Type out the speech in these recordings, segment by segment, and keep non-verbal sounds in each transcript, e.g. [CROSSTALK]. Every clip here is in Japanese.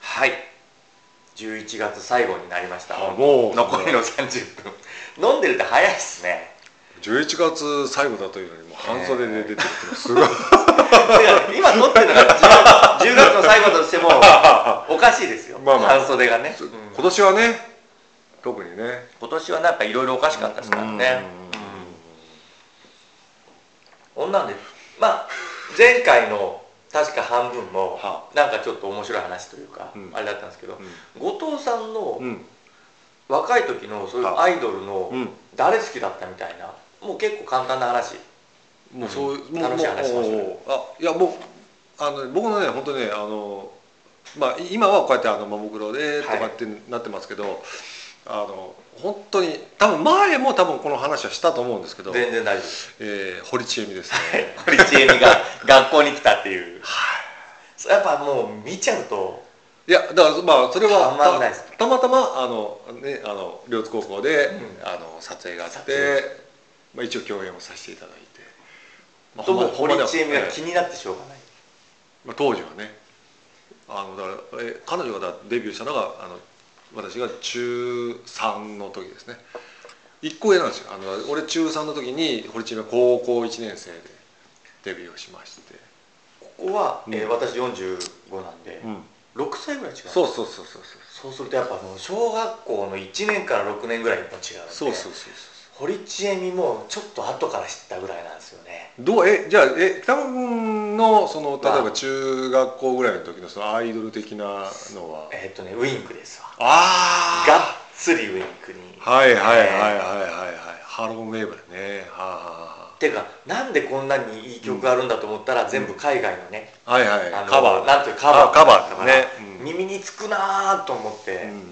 はい11月最後になりましたあもう残りの30分飲んでるって早いっすね11月最後だというのにもう半袖で出てるってすごい、いや今撮ってるのが 10, 10月の最後だとしてもおかしいですよ、まあまあ半袖がね [LAUGHS] 今年はね特にね今年はなんかいろいろおかしかったですからねこんなんでまあ前回の確か半分もはなんかちょっと面白い話というか、うんあれだったんですけど、うん後藤さんのうんうん若い時のそういうアイドルのうん誰好きだったみたいなもう結構簡単な話もうそういう、うんもう楽しい話しましょうよもうあいやもうあの僕のね本当ねあのまあい今はこうやってあのももクロでとはいかってなってますけど、あの本当に多分前も多分この話はしたと思うんですけど、全然大丈夫ですえー、堀ちえみですね。堀ちえみが学校に来たっていうそれやっぱもう見ちゃうといやだからまあそれはたまんないですたたまたまあのねあの両津高校で、うんあの撮影があって撮影、まあ、一応共演をさせていただいて、まあともうほんま堀にちえみが気えになってしょうがないえまあ、当時はねあのだから、え彼女がだデビューしたのがあの私が中3の時ですね一個上なんですよあの俺中3の時に堀ちえみは高校1年生でデビューをしまして、ここは、えーうん私45なんで、6歳ぐらい違うそうそうそうそうそそううするとやっぱもう小学校の1年から6年ぐらいも違うのでそうそうそうそう堀ちえみもちょっと後から知ったぐらいなんですよねどうえじゃあえ北村君のそのまあ例えば中学校ぐらいの時のそのアイドル的なのはえーっとねウインクですわあがっつりウインクにあはいはいはいはいはいえーはいハローメイブだねはていうかなんでこんなにいい曲があるんだと思ったら、全部海外のね、あはいはいあのカバーなんていうカバーあカバーだねうん耳につくなーと思ってうん、うんうん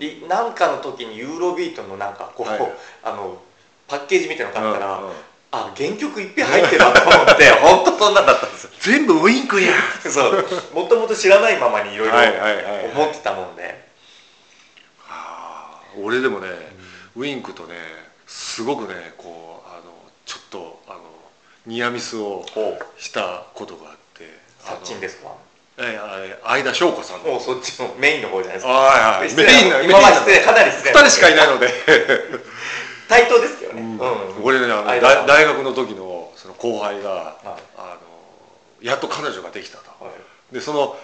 いなんかの時にユーロビートのなんかこう、はい [LAUGHS] あのパッケージみたいなの買ったら、うんうんあ原曲いっぺん入ってるなと思 [LAUGHS] って本当そんなんだったんですよ全部ウインクやそうもともと知らないままにいろいろはいはいはいはい思ってたもんで、あー俺でもね、ウインクとねすごくねこうあのちょっとあのニアミスおをうしたことがあってあサのッチンですかえあれ相田翔子さんのもうそっちのメインの方じゃないですかはいはい失礼なメイン今なはメインな失礼かなり失礼二人しかいないので、対等ですけどね、うん俺ねあの間が大大学の時のその後輩が、はあのやっと彼女ができたと、はいでその、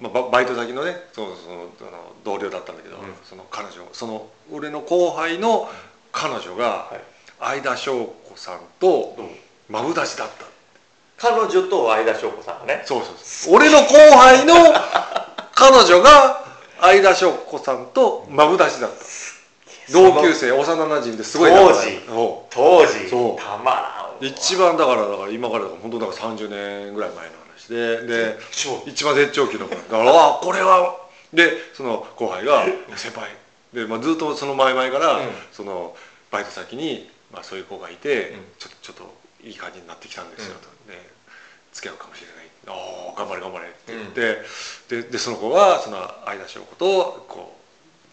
まあ、ババイト先のねそのそのあの同僚だったんだけど、うんその彼女その俺の後輩の彼女がはい相田翔子さんとどうマブダチだった彼女と相田翔子さんがねそうそうそう俺の後輩の彼女が相田翔子さんとマブダチだった同級生幼馴染ですごい仲がいい当そう当時そうたまらん一番だからだから今からだから本当だから30年ぐらい前の話ででそう一番絶頂期の頃だからああこれはでその後輩が「先輩」で、まあ、ずっとその前々から、うんそのバイト先に、まあ、そういう子がいて、うんちょちょっといい感じになってきたんですようんと、で付き合うかもしれない「ああ頑張れ頑張れ」って言って、ででその子がその相田翔子とこ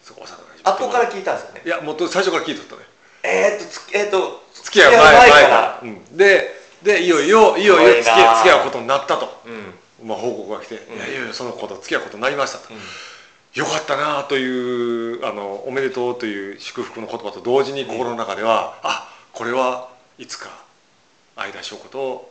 うそこ幼馴染後から聞いたんですよねいやもっと最初から聞いとったねえー、っとつえー、っと付き合う前前から、うん、ででいよいよいよいよすごいな付き合付き合うことになったと、うん、うんまあ、報告が来て、んいやいよいよその子と付き合うことになりましたと、よかったなというあのおめでとうという祝福の言葉と同時に心の中では、あこれはいつか相田翔子と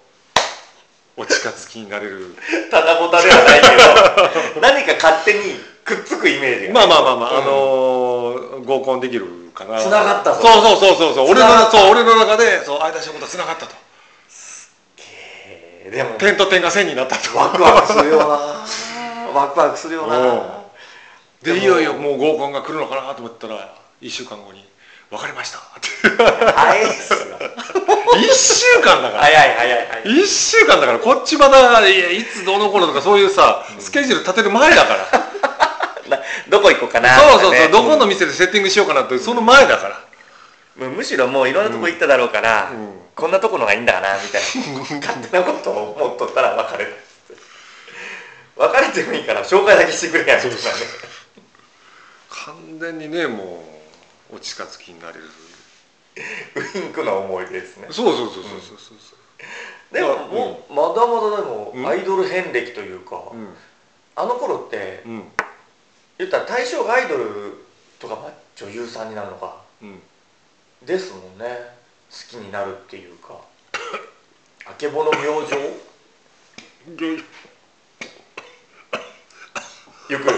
お近づきになれる [LAUGHS] ただごたではないけど何か勝手にくっつくイメージがね、まあまあまあまあ、うんあのー合コンできるかな繋がったぞそうそうそうそうそう繋俺がっのたそう俺の中でそう相田翔子とつながったとえーでも点と点が線になったとワクワクするよなワクワクするよなででもいよいよもう合コンが来るのかなと思ったら1週間後に「別れました」って早いっすよ1週間だか [LAUGHS] ら早い早い早い1週間だからこっちまだいやいつどうの頃とかそういうさ、スケジュール立てる前だからなどこ行こうかな [LAUGHS] そうそとかうそうね [LAUGHS] どこの店でセッティングしようかなってその前だからむむしろもういろんなとこ行っただろうから、うんこん [LAUGHS] なとこのがいいんだなみたいな勝手なことを思っとったら別れる別れてもいいから紹介だけしてくれやんとかね完全にねもう落ちかつきになれるウインクの思い出ですねそうそうそうそうそうそうでももうまだまだでもうんアイドル遍歴というか、うんあの頃ってうん言ったら対象がアイドルとか、まあ、女優さんになるのかうんですもんね好きになるっていうかあけぼの明星でゆくゆく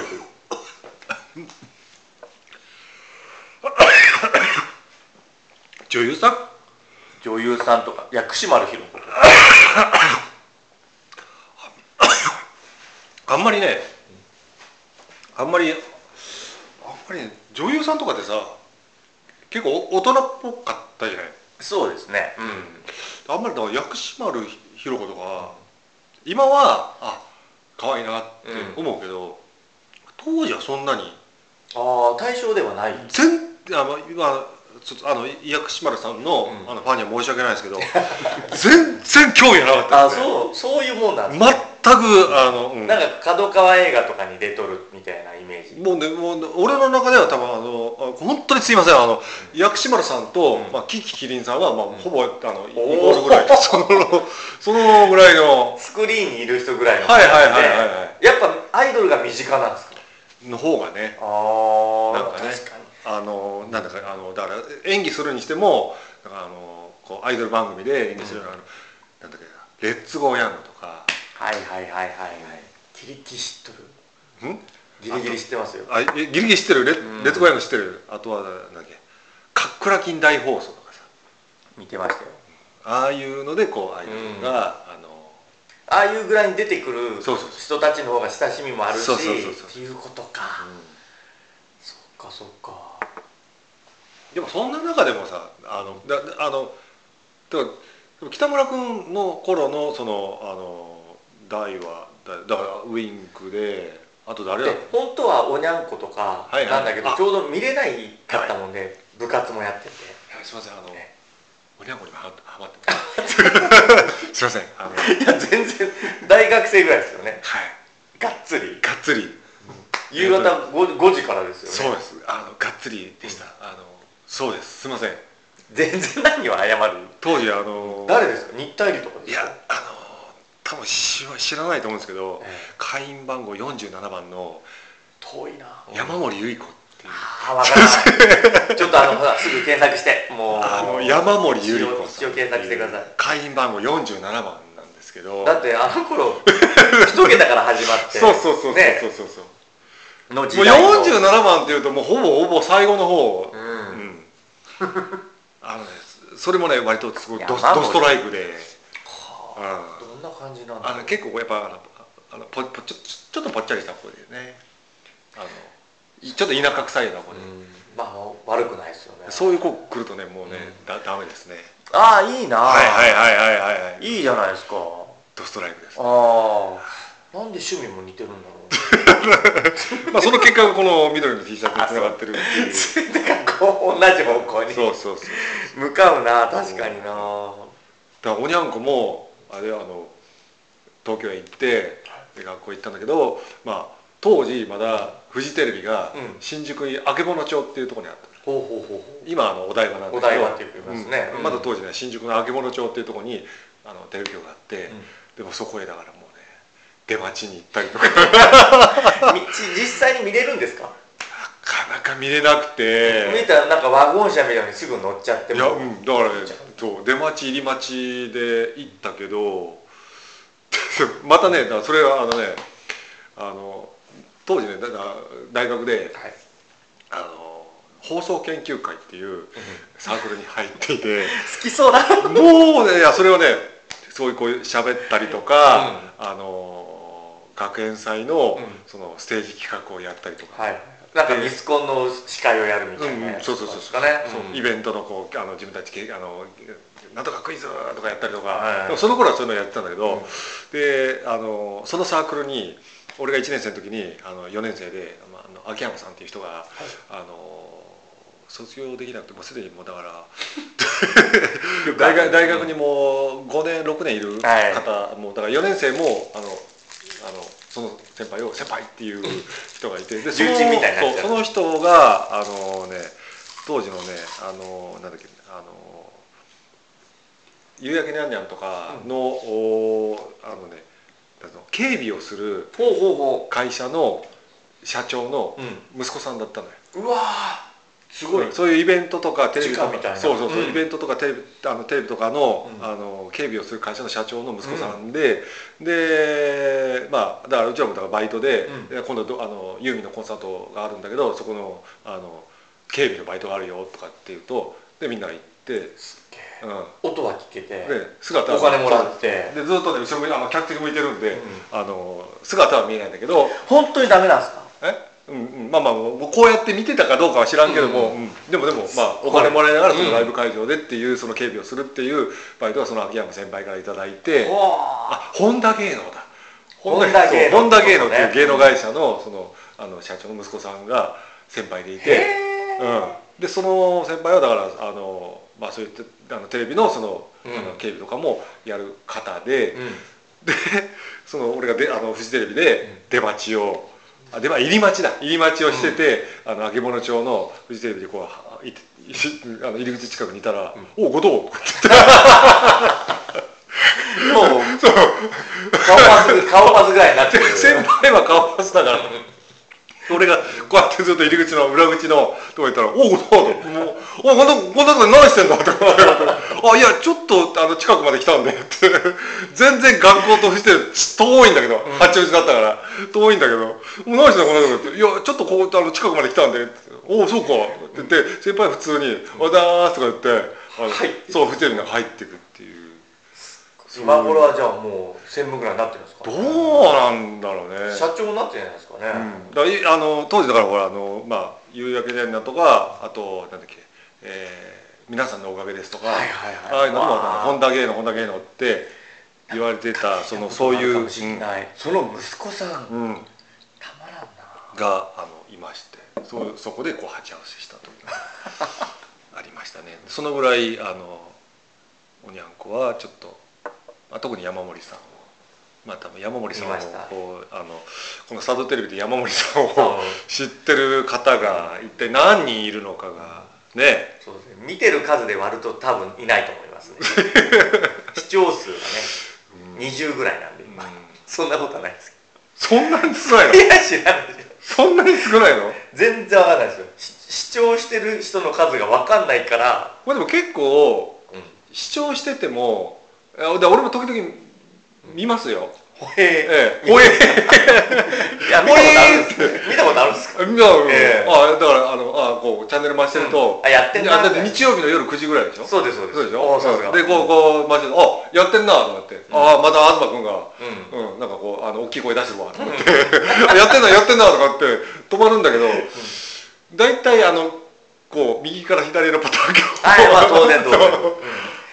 女優さん女優さんとか薬師丸ひろ子あんまりねあんまりあんまりね女優さんとかってさ結構大人っぽかったじゃないそうですねあんまりだから薬師丸ひろ子とかは今はあ可愛いなって思うけど、当時はそんなにああ対象ではない全あの今ちょっとあの薬師丸さんの,、うんあのファンには申し訳ないですけど全然興味がなかったあですねそうそういうもんなんです全ねくあの、うんなんか角川映画とかに出とるみたいなイメージもうね、もうね俺の中では多分あのあ本当にすいませんあの薬師丸さんと、うんまあ、キキキリンさんは、まあ、んほぼあのイコおーールぐらいそのそのぐらいのスクリーンにいる人ぐらいのはいはいはいはいはやっぱアイドルが身近なんですかいの方がねああなんかね確かにあのなんだかあのだから演技するにしてもなんかあのこうアイドル番組で演技するような、あのなんだっけレッツゴーヤングとかはいはいはいはいはいギリギリ知っとるんギリギリ知ってますよあえギリギリ知ってるレ,、うんレッツゴーヤング知ってるあとはなんだっけカックラキン大放送とかさ見てましたよああいうのでこうアイドルが、あのああいうぐらいに出てくるそうそうそ人うたちの方が親しみもあるしそうっそうそうそうていうことか、そっかそっかでもそんな中でもさあのだだあのだからでも北村君の頃のそのあの大はだだからウインクであと誰だで本当はおにゃんことかはいはいなんだけど、あちょうど見れないかったもんで、部活もやっててすいませんあのえおにゃんこにハマって [LAUGHS] すいませんあのはいいや全然大学生ぐらいですよねがっつりがっつり夕方 5, 5時からですそようねですあのがっつりでした、あのそうですすいません全然何を謝る当時あの誰ですか日体理とかでいすかやあの多分知ら知らないと思うんですけど、ええ会員番号47番の遠いな山森由衣子っていうああ分から [LAUGHS] ないちょっとあのほらすぐ検索してもうあの山森ゆり子一応一応検索してください会員番号47番なんですけどだってあの頃一桁から始まってそうそうそうそうねそうそうそう、の時もう代の47番っていうともうほぼほぼ最後の方ううん、んあのねそれもね割とすごいドド山森ストライクで、うん、はああどんな感じなんだの結構やっぱあのあのぽぽちょちょっとぽっちゃりした子でねあのいちょっと田舎臭いような子うで、んまあ悪くないですよねそういう子来るとねもうね、うんだダメですねああいいなはいはいはいはいはいはいいいじゃないですかドストライクですああなんで趣味も似てるんだ [LAUGHS] ろまあその結果がこの緑の T シャツにつながってるっていうそううだからこう同じ方向にそうそう向かうな確かになだからおにゃんこもあれあの東京へ行ってで学校行ったんだけど、まあ、当時まだフジテレビがうん新宿に曙町っていうところにあったほうほうほうほう今あのお台場なんだけどお台場って言いますねうんうんまだ当時ね新宿の曙町っていうところにあのテレビ局があって、うんでもそこへだからもうね出待ちに行ったりとかみ実際に見れるんですかなかなか見れなくて見たらなんかワゴン車みたいにすぐ乗っちゃっていやもうんだからねそう出待ち入り待ちで行ったけど [LAUGHS] またねだからそれはあのねあの当時ねだから大学ではいあの放送研究会っていうサークルに入って [LAUGHS] いて好きそうだもうねいやそれをねそういうこういう喋ったりとか、あの学園祭の,、うんそのステージ企画をやったりとか、はいなんかミスコンの司会をやるみたいなうんうやんつそうそうそうですかねそうイんベントのこうあの自分たちけあのなんとかクイズとかやったりとか、はいでもその頃はそういうのやってたんだけど、うんであのそのサークルに俺が1年生の時にあの4年生でまああの秋山さんっていう人が、あの卒業できなくてもうすでにもうだから大学大学にもう5年6年いる方、はいもうだから4年生もあのあのその先輩を先輩っ [LAUGHS] ていう人がいてでそ重の鎮みたいになっそうちゃうその人があのね当時のねあのなんだっけあの夕焼けにゃんにゃんとかの、おあのねあの警備をするほうほうほ会社の社長のうう息子さんだったのよ。んうわーすごい、うんそういうイベントとかテレビとか直みたいなそうそうそう、うんイベントとかテレビあのテレビとかの,、うんあの警備をする会社の社長の息子さんで、でまあだからうちらもだからバイトで、で今度どあのユーミンのコンサートがあるんだけどそこのあの警備のバイトがあるよとかっていうとでみんな行って、うん、音は聞けて、で姿はお金もらって、でずっとね後ろ向いあの客席向いてるんで、うんあの姿は見えないんだけど本当にダメなんですかうんうん、まあまあこうやって見てたかどうかは知らんけども、うんでもでもまあお金もらいながらそのライブ会場でっていうその警備をするっていうバイトはその秋山先輩から頂いただいて、わあ本田芸能だ本田芸能そう本田芸能っていう芸能会会社のそのあの社長の息子さんが先輩でい社て、うん、でその先輩はだからあの、まあ、そういったあのテレビのその,、あうのん警備とかもやる方で、うんでその俺がであのフジテレビで出待ちを、あ出待入り待ちだ入り待ちをしてて、あの揚物町のフジテレビでこうは行ってしあの入り口近くにいたら「おお後藤」 [LAUGHS] [LAUGHS] もう顔パス顔パスぐらいになってる先輩は顔パスだから。俺がこうやってずっと入り口の裏口のとこ行ったら「おう後藤」もう「おい後藤こんなとこで何してんだ」とか「あいやちょっとあの近くまで来たんで」 [LAUGHS] って全然学校として遠いんだけどん八王子だったから遠いんだけど「もう何してんだこんなとこ」って「いやちょっとこうあの近くまで来たんで」おおそうか」って言って先輩は普通に「おはようございます」とか言ってあの、入ってそうフジテレビの中入ってくっていう今頃はじゃあもう専務ぐらいになってるんですかどうなんだろうね社長になってるんじゃないですかね、うんだからいあの当時だからほらあの、まあ、夕焼けでなとかあとなんだっけ、えー皆さんのおかげですとか、はいはいはいああいうのもわあ本田芸能本田芸能って言われてたそのそういう、なうんんか知んない、その息子さん、たうんまらんながあのいましてそそこでこう鉢合わせしたというの [LAUGHS] がありましたねそのぐらいあのおにゃんこはちょっと、まあ、特に山森さんをまあ多分山森さんを見ましたこうあのこのサードテレビで山森さんをそう知ってる方が一体何人いるのかがねそうですね見てる数で割ると多分いないと思い [LAUGHS] ますね視聴数がねうん20ぐらいなんで今、うんそんなことはないですそんなに少 [LAUGHS] ないのけどいや知らないですよそんなに少ないの全然わかんないですよし視聴してる人の数がわかんないから、これでも結構うん、視聴しててもいやで俺も時々見ますよ、ほえええ、おえー、いや見たことあるんです見たことあるんですかいやええあだからあのあこうチャンネル回してると、あやってんいなやだみったていな日曜日の夜9時ぐらいでしょそうですそうですそうでしょおーさすがんでこうこう回してるとあやってんなと思って、ああまた東君がうん、うんうん、なんかこうあの大きい声出してるわと思って [LAUGHS] やってんなやってんなとかって止まるんだけど大体、あのこう右から左のパターンがはい、まあ当然当 [LAUGHS] 然。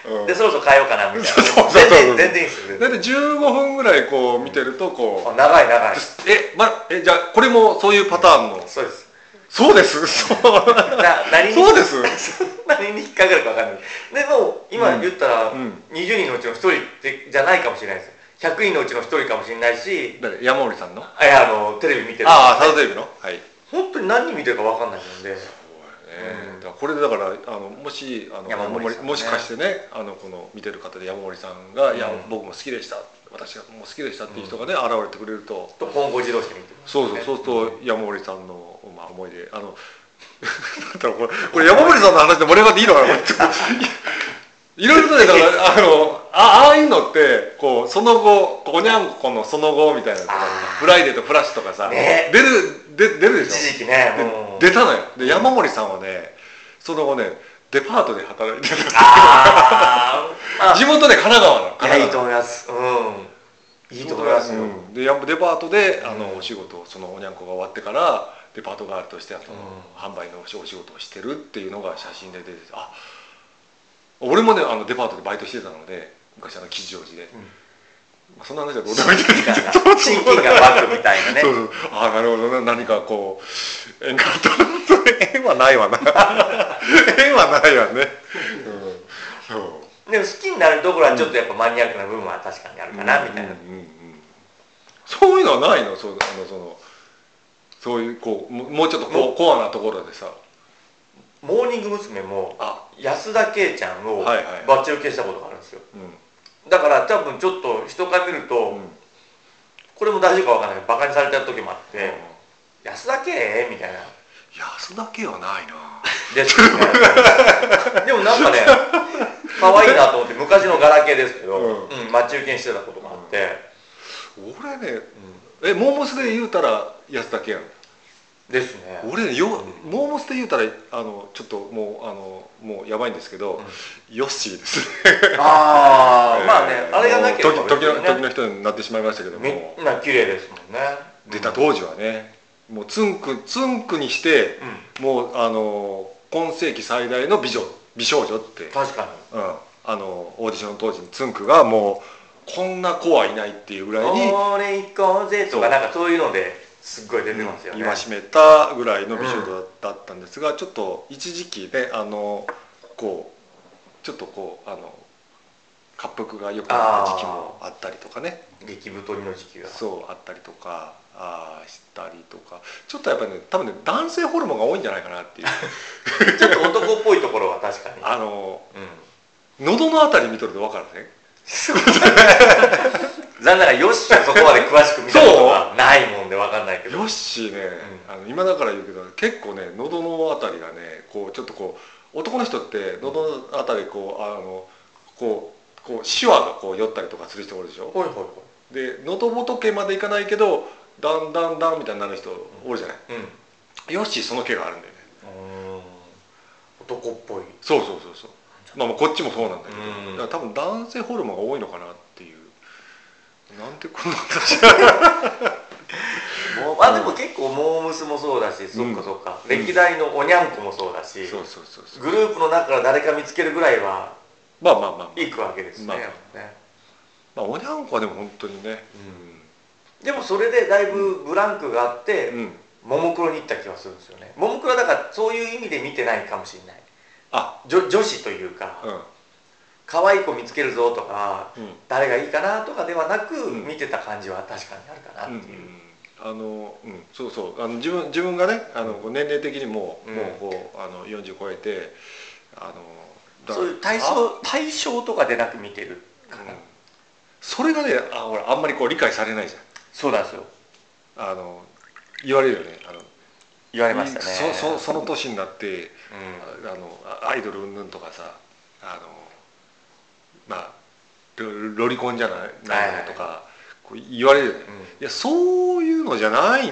うんで、そろそろ変えようかなみたい [LAUGHS] そうそうそな。うそ全う然、全然いいですよ。全大然体15分ぐらいこう見てるとこあ長い長い。うえ,、ま、えじゃあこれもそういうパターンのそうです。そうです [LAUGHS] そうな何にそうです、 [LAUGHS] 何に引っかかるかわかんない。でも今うん言ったら、うん、 20人のうちの1人ってじゃないかもしれないです。100人のうちの1人かもしれないし、誰山森さんのああいやあのテレビ見てる。あサウドテレビのはい本当に何人見てるかわかんないもんで。ねだからこれでだからあのもしあの山森さんねもしかしてねあのこの見てる方で山森さんが「いやうん僕も好きでした私がもう好きでした」っていう人がね、現れてくれるとと本郷自動車見てる。そうそうそうすると山森さんの、まあ、思い出あの [LAUGHS] なんだろうこれこれ山森さんの話で盛り上がっていいのかなこれ [LAUGHS] いろいろとねだからあのあああいうのってこうその後こうおにゃんこのその後みたいなのとかあーフライデーとフラッシュとかさ、ね出るで出るでしょ一時期ね、でもう。出たのよで山森さんはねその後ねデパートで働いてるあー [LAUGHS] まあ。地元で神奈川なのいや神いい奈と川思います。うん。いいと思いますよ。うんでやっぱデパートであうのんお仕事をそのおにゃんこが終わってからデパートガールとしてあのうん販売のお仕事をしてるっていうのが写真で出ててあ俺もねあのデパートでバイトしてたので昔あの吉祥寺で、まあそんな話はどうでもいいんだけどみたいな親近感が湧くみたいなねそうそうああなるほどな何かこう縁があった [LAUGHS] な縁はない [LAUGHS] わな縁はないわね、うん、そうでも好きになるところはちょっとやっぱマニアックな部分は確かにあるかなみたいな、うんうんうんそういうのはないのそうあのそのそういうこうももうちょっとこうコアなところでさモーニング娘。もあ安田圭ちゃんをはいはいバッチリ受けしたことがあるんですようんだから多分ちょっと人から見ると、うんこれも大丈夫かわかんないけどバカにされた時もあって、うん安田圭みたいな安だけはないなですよね [LAUGHS] でもなんかね可愛いなと思って昔のガラケーですけど、ううんん待ち受けにしてたことがあって、俺ねえモーモスで言うたら安だけやんですね俺ねようんモーモスで言うたらあのちょっともうあのもうやばいんですけど、ヨッシーですああ、 [LAUGHS] えーまあねあれがなければもう時時の別時にの人になってしまいましたけども、ねみんな綺麗ですもんね出た当時はねもうツンクツンクにしてうん、もうあの今世紀最大の美女美少女って、確かにうん、あのオーディションの当時にツンクがもうこんな子はいないっていう「ぐらいに俺行こうぜ」とかなんかそういうのですっごい出てますよね、戒めたぐらいの美少女だったんですが、ちょっと一時期ねあのこうちょっとこうあの滑腹が良くなった時期もあったりとかね激太りの時期がそうあったりとかあーしたりとかちょっとやっぱりね多分ね男性ホルモンが多いんじゃないかなっていうちょっと男っぽいところは確かにあのうん喉のあたり見とると分かるね残念ながらよしはそこまで詳しく見たことがないもんでわかんないけどよしね、あの今だから言うけど結構ね喉のあたりがねこうちょっとこう男の人って喉のあたりこうあのこうこうシワがこう寄ったりとかする人おるでしょほいほいほで喉仏までいかないけどだんだんだんみたいになる人おるじゃない、いうんよしその毛があるんだよねうーん男っぽいそうそうそうそうまあまあこっちもそうなんだけど、うんだから多分男性ホルモンが多いのかなっていうなんでこんな話もうあでも結構モームスもそうだし、そっかそっか歴代のおにゃんこもそうだし、そうそうそうそうグループの中から誰か見つけるぐらいはまあまあまあまあ、いくわけですね,、まあやっぱねまあ、おにゃんこはでも本当にねでもそれでだいぶブランクがあって、うん、ももクロに行った気がするんですよねももクロはだからそういう意味で見てないかもしれないあ女女子というか、うん可愛い子見つけるぞとかうん誰がいいかなとかではなく、ん見てた感じは確かにあるかうんうなっんていう、あのうん、そうそうあの自分自分がねあのこう年齢的にも、うんもうこうあの40超えてあのだそういう対象対象とかでなく見てるあかうんな、それがねあほらあんまりこう理解されないじそうなんですよゃんあの言われるよねあの言われましたねそそその年になってうんああのあアイドル云々とかさあのまあロロリコンじゃないないのとか、こう言われるよね、ういやそういうのじゃないん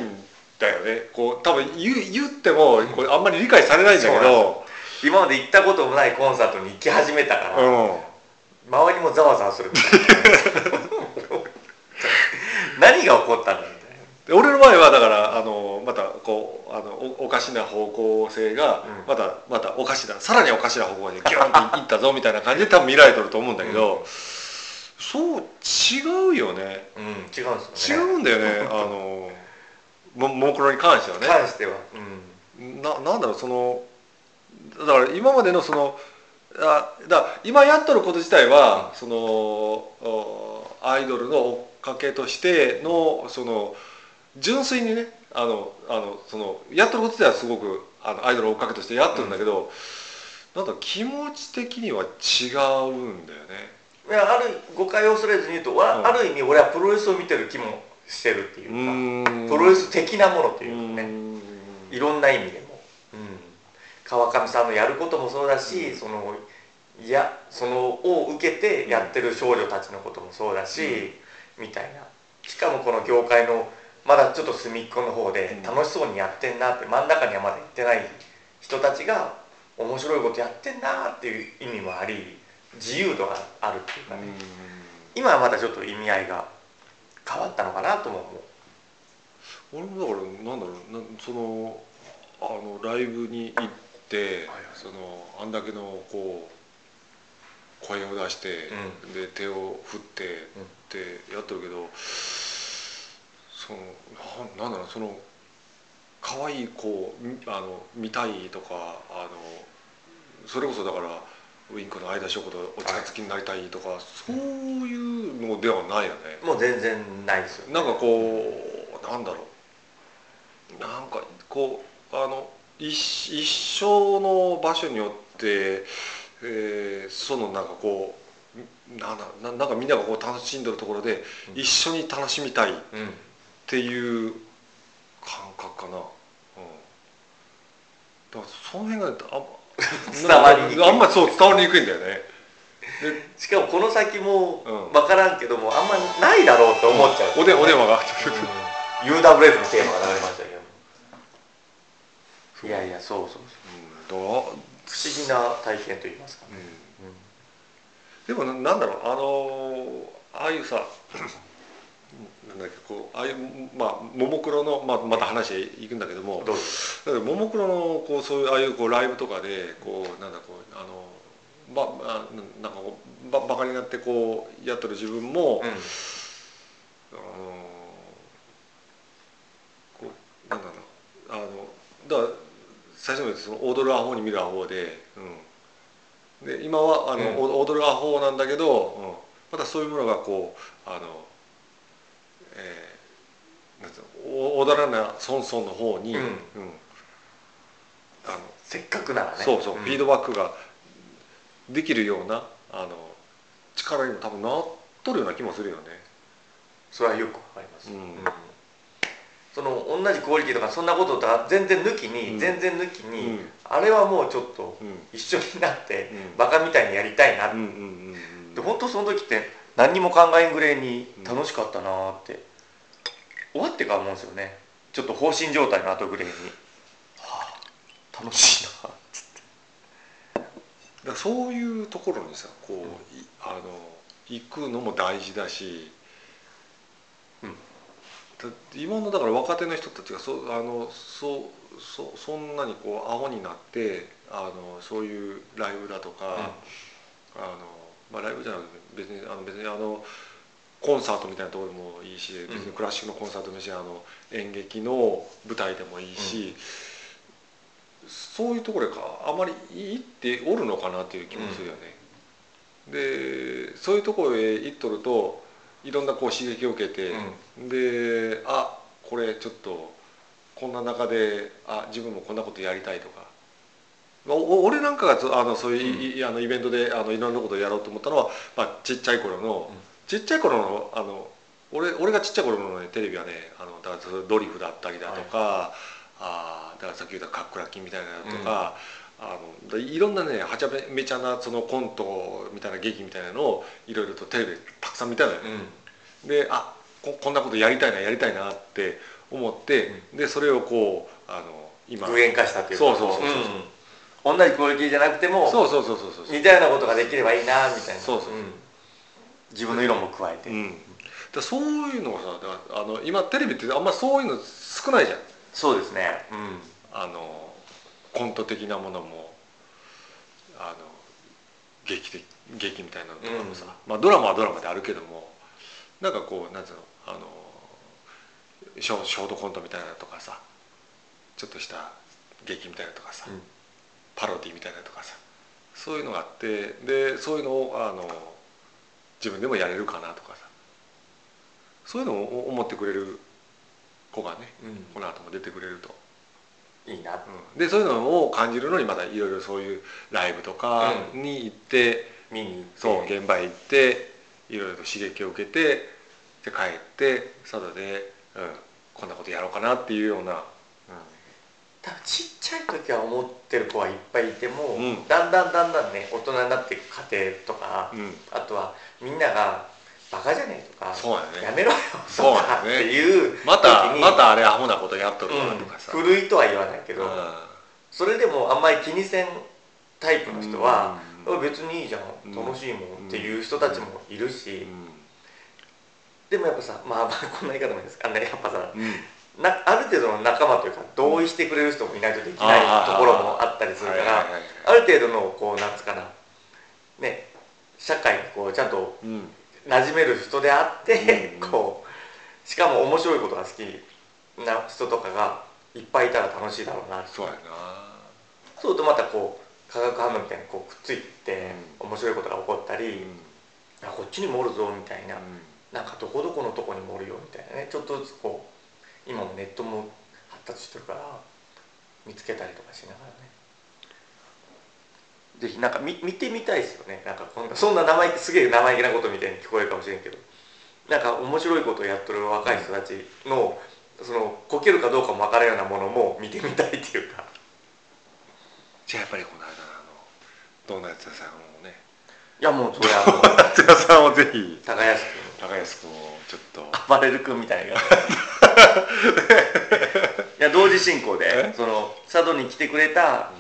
だよねこう多分言う言ってもこれあんまり理解されないんだけどん今まで行ったこともないコンサートに行き始めたから、うん周りもざわざわ [LAUGHS] するみたいな何が起こったんだみたいなで俺の場合はだからあのまたこうあのおおかしな方向性がうんまたまたおかしなさらにおかしな方向にギューンっていったぞみたいな感じで多分見られてると思うんだけど、そう違うよねうん、違うんです違よねうんだよねあのももクロに関してはね関しては、うん、ななんだろうそのだから今までのそのあだから今やっとること自体は、そのおアイドルの追っかけとしてのその純粋にねあのあのそのやっとること自体はすごくあのアイドルを追っかけとしてやってるんだけど、なんだろう気持ち的には違うんだよいやある誤解を恐れずに言うと、わうんある意味俺はプロレスを見てる気もしてるっていうか、ね。プロレスス的なものとていうかね、いろんな意味でも、うん、川上さんのやることもそうだし、うんそのいやそのを受けてやってる少女たちのこともそうだし、みたいなしかもこの業界のまだちょっと隅っこの方でうん楽しそうにやってんなって真ん中にはまだ行ってない人たちが面白いことやってんなっていう意味もあり自由度があるっていうかね、今はまたちょっと意味合いが変わったのかなとも思う。俺もだからなんだろうなそのあのライブに行って、はいはいそのあんだけのこう声を出して、で手を振ってってやってるけど、そのなんなんだろうその可愛い子みあの見たいとかあのそれこそだからウインクの間諸子とお茶付きになりたいとか、そういうのではないよねもう全然ないですよ、なんかこうなんだろうなんかこうあの一一生の場所によって、えーそのなんかこうなんだななんかみんながこう楽しんでるところでうん一緒に楽しみたいっうん、ていう感覚かな、うん、だからその辺があん [LAUGHS] 伝わりにくいあんまりそう伝わりにくいんだよねしかもこの先もうん分からんけども、あんまないだろうと思っちゃう、おでお電話がうん UWF のテーマが流れましたけどいやいやそうそうそううん不どう思議な体験といいますかね、でもななんだろうあのーああいうさ [CLEARS THROAT] なんだっけこうああいうまあももクロの、まあ、また話へ行くんだけどもどうですだからももクロのこうそういうああいうこうライブとかでこうなんだこうあのばあななんかこうばバカになってこうやってる自分も、うんあのーこうなんだろうあのだから最初のその踊るアホに見るアホで、うん、で今はあの、うんお踊るアホなんだけど、うん、またそういうものがこうあの、えー、なんつうのお踊らなソンソンの方に、うんあのせっかくならねそうそう、んフィードバックができるようなあの力にも多分なっとるような気もするよね。それはよくわかります、うんその同じクオリティとかそんなこととは全然抜きに、うん全然抜きに、うんあれはもうちょっとうん一緒になって、うんバカみたいにやりたいなって、うんうんうんで本当その時って何にも考えんぐらいに楽しかったなーって、終わってから思うんですよねちょっと放心状態の後ぐらいに、はあ、楽しいなーっつってだからそういうところにさこう、いあの行くのも大事だし、うんだ今のだから若手の人たちがそうあのそうそうそんなにこうアホになってあのそういうライブだとか、あのまあ、ライブじゃなくて別にあの別にあのコンサートみたいなところでもいいし別にクラシックのコンサートでもいいしあの演劇の舞台でもいいし、そういうところがあまりいいっておるのかなっていう気もするよね。でそういうところへ行っとるといろんなこう刺激を受けて、であこれちょっとこんな中であ自分もこんなことやりたいとか、まあ、お俺なんかがそあのそういうい、いあのイベントであのいろんなことをやろうと思ったのは、まあ、ちっちゃい頃の、うんちっちゃい頃のあの俺俺がちっちゃい頃の、ね、テレビはねあのだからそれドリフだったりだとか、あーだからさっき言ったカックラキンみたいなのとか。あのいろんなねはちゃめちゃなそのコントみたいな劇みたいなのをいろいろとテレビでたくさん見たのよ、うんであここんなことやりたいなやりたいなって思って、でそれをこうあの今具現化したというかそうそうそうそううん同じクオリティじゃなくてもそうそうそうそうそう似たようなことができればいいなーみたいなそうそうそうん自分の色も加えて、うん、だからそういうのがさだからあの今テレビってあんまそういうの少ないじゃんそうですねうんあのコント的なものもあの劇的劇みたいなのとかもさ、うんまあ、ドラマはドラマであるけどもなんかこうなんつうのあのショショートコントみたいなのとかさちょっとした劇みたいなのとかさ、うんパロディみたいなのとかさそういうのがあってでそういうのをあの自分でもやれるかなとかさそういうのを思ってくれる子がねこの後も出てくれるといいなってでそういうのを感じるのにまたいろいろそういうライブとかに行って、見に行ってそう現場へ行っていろいろと刺激を受けてで帰って佐渡で、うん、こんなことやろうかなっていうような、多分ちっちゃい時は思ってる子はいっぱいいても、うんだんだんだんだんね大人になっていく過程とかうんうん、あとはみんなが「バカじゃねえ」とかそうややねめろよ」そとうかだってねいうまた時にまたあれアホなことやっとるわとかさ、うん古いとは言わないけど、うそれでもあんまり気にせんタイプのん人は、うん別にいいじゃうんん楽しいもんっていう人たちもいるし、でもやっぱさまあまあこんな言い方もいいですかねやっぱさうんなある程度の仲間というか同意してくれる人もいないとできないあーところもあったりするかはいらはいはいある程度のこうなんつうかなね社会にこうちゃんとうん馴染める人であって、うんうんこうしかも面白いことが好きな人とかがいっぱいいたら楽しいだろうなそうやなそうするとまたこう化学反応みたいにこうくっついてって、面白いことが起こったり、あこっちにもおるぞみたいな、なんかどこどこのとこにもおるよみたいなねちょっとずつこう今もネットも発達してるから見つけたりとかしながらねぜひなんか見見てみたいですよねなんかこんなそんな生意気すげえ生意気なことみたいに聞こえるかもしれんけどなんか面白いことをやっとる若い人たちのそのこけるかどうかも分からんようなものも見てみたいっていうかじゃあやっぱりこの間のドーナツ屋さんをね [LAUGHS] いやもうそれはもうドーナツ屋さんをぜ [LAUGHS] ひ高安高安君をちょっと君バレル君みたい [LAUGHS] ないや同時進行でえその佐渡に来てくれた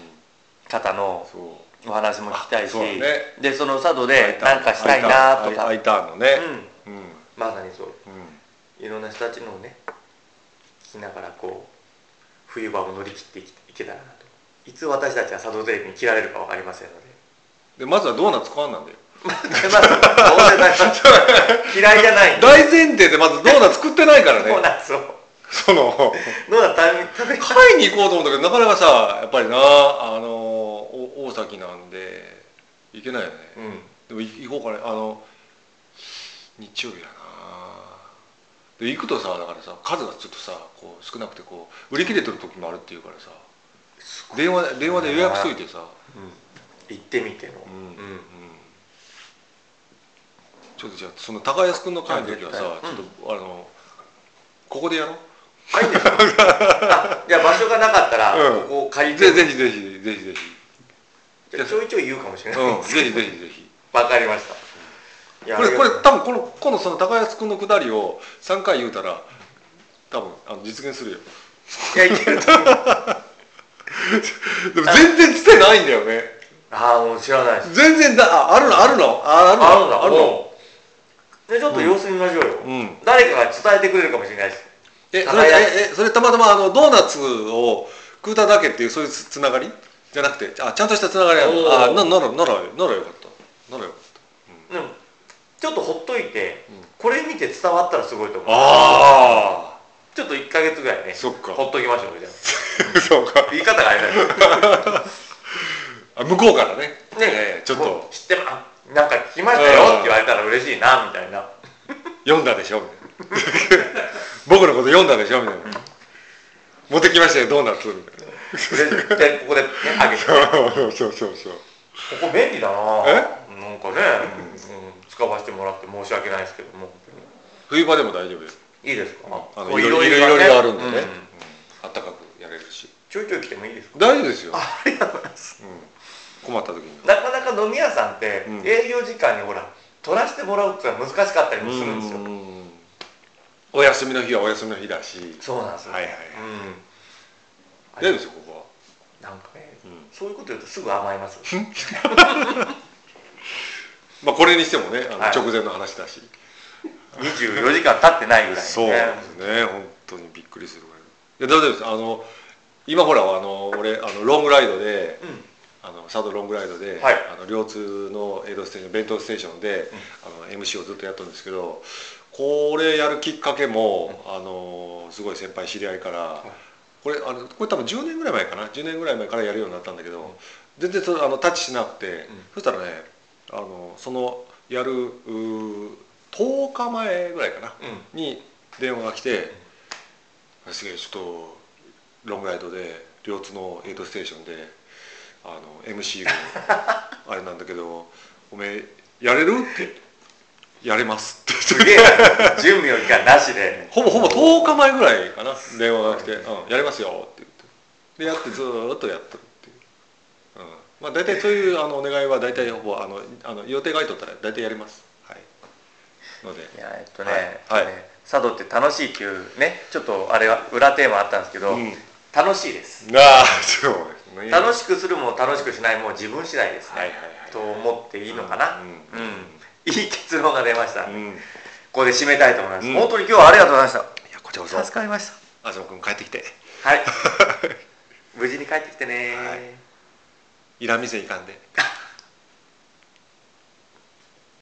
方のそお話も聞きたいし、あそうだねでその佐渡うで何かしたいなとか、アイターンのうねん、うんうんまさにそういろんな人たちのをね聞きながらこう冬場を乗り切っていきいけたらなといつ私たちは佐渡テレビに切られるか分かりませんので [LAUGHS] でまずはドーナツ買わんなんだよ [LAUGHS] まずどうせ大丈夫嫌いじゃないんで大前提でまずドーナツ食ってないかドらーねナツをそのどうだった食べ買いに行こうと思ったけどなかなかさやっぱりなあのお大崎なんで行けないよねうんでもい行こうかねあの日曜日だなで行くとさだからさ数がちょっとさこう少なくてこう売り切れてる時もあるっていうからさ電話電話で予約しといてさ、行ってみての、うんうんちょっとじゃあその高安君の会の時はさはいちょっと、あのここでやろうあいいんですよあじゃあ場所がなかったら、うんここを借りてぜぜひぜひぜひぜひ、ちょいちょい言うかもしれない、 [LAUGHS] うん、ぜひぜひぜひわかりましたいやこれこれありがとう多分このこのその高安君のくだりを3回言うたら多分あの実現するよいやいけると思うでも全然つてないんだよねああもう知らないです全然だああるのあるのああるんだあるのもうでちょっと様子見ましょうよ、うん誰かが伝えてくれるかもしれないですえそ高れ安ええそれたまたまあのドーナツを食うただけっていうそういうつつながりじゃなくてあちゃんとしたつながりあるおーあなならならならよかったならよかったでもちょっとほっといて、うんこれ見て伝わったらすごいと思うあちょっと1か月ぐらいねあそっかほっときましょうじゃあ [LAUGHS] そうか言い方があれだ [LAUGHS] けどあ向こうからねねええちょっもとう知ってまあなんか聞きましたよって言われたら嬉しいなみたいな読んだでしょみたいな [LAUGHS] 僕のこと読んだでしょみたいな持ってきましたよドーナツ [LAUGHS] みたいな嬉しいでここでねあげてこそうそうそうこ便利だなえなんかね、うん使わせてもらって申し訳ないですけども冬場でも大丈夫よいいですかあこのういろいろいねろいろがあるんでね、うあったかくやれるしちょいちょい来てもいいですか大丈夫ですよありがとうございます、うん、困った時になかなか飲み屋さんってうん営業時間にほら取らせてもらうってのは難しかったりもするんですようんお休みの日はお休みの日だしそうなんですよはいはいうん大丈夫ですよここは、なんかねうんそういうこと言うとすぐ甘えますまあ、これにしてもねあのはい直前の話だし、 24時間経ってないぐらいのねそうなんですね本当にびっくりするぐらいいや大丈夫ですあの今ほらあの俺あのロングライドでうんあの佐渡ロングライドで、はいあの両通の江戸ステーション弁当ステーションで、あの MC をずっとやったんですけどこれやるきっかけも、あのすごい先輩知り合いから、これあのこれ多分10年ぐらい前かな10年ぐらい前からやるようになったんだけど、全然それあのタッチしなくて、そしたらねあのそのやるうー10日前ぐらいかなうんに電話が来て「すげえちょっとロングライドで両津のエイドステーションであの MC があれなんだけど [LAUGHS] おめえやれる?」って「やれます」って [LAUGHS] すげえな準備の期間なしでほぼほぼ10日前ぐらいかな電話が来て「うん、やりますよ」って言ってでやってずーっとやってるっていう、うんまあ、大体そういうあのお願いは大体ほぼあのあの予定が入っとったら大体やりますはいのでいやえっとね,、はいね佐渡って楽しいっていうねちょっとあれは裏テーマあったんですけど、うん楽しいですなあそうですね楽しくするも楽しくしないも自分次第ですね、はいはいはいと思っていいのかな、ううんんいい結論が出ました、こうんいこで締めたいと思います、うん本当に今日はありがとうございましやこちらこそた助かりました東君帰ってきて [LAUGHS] はい無事に帰ってきてねはいいらん店行かんで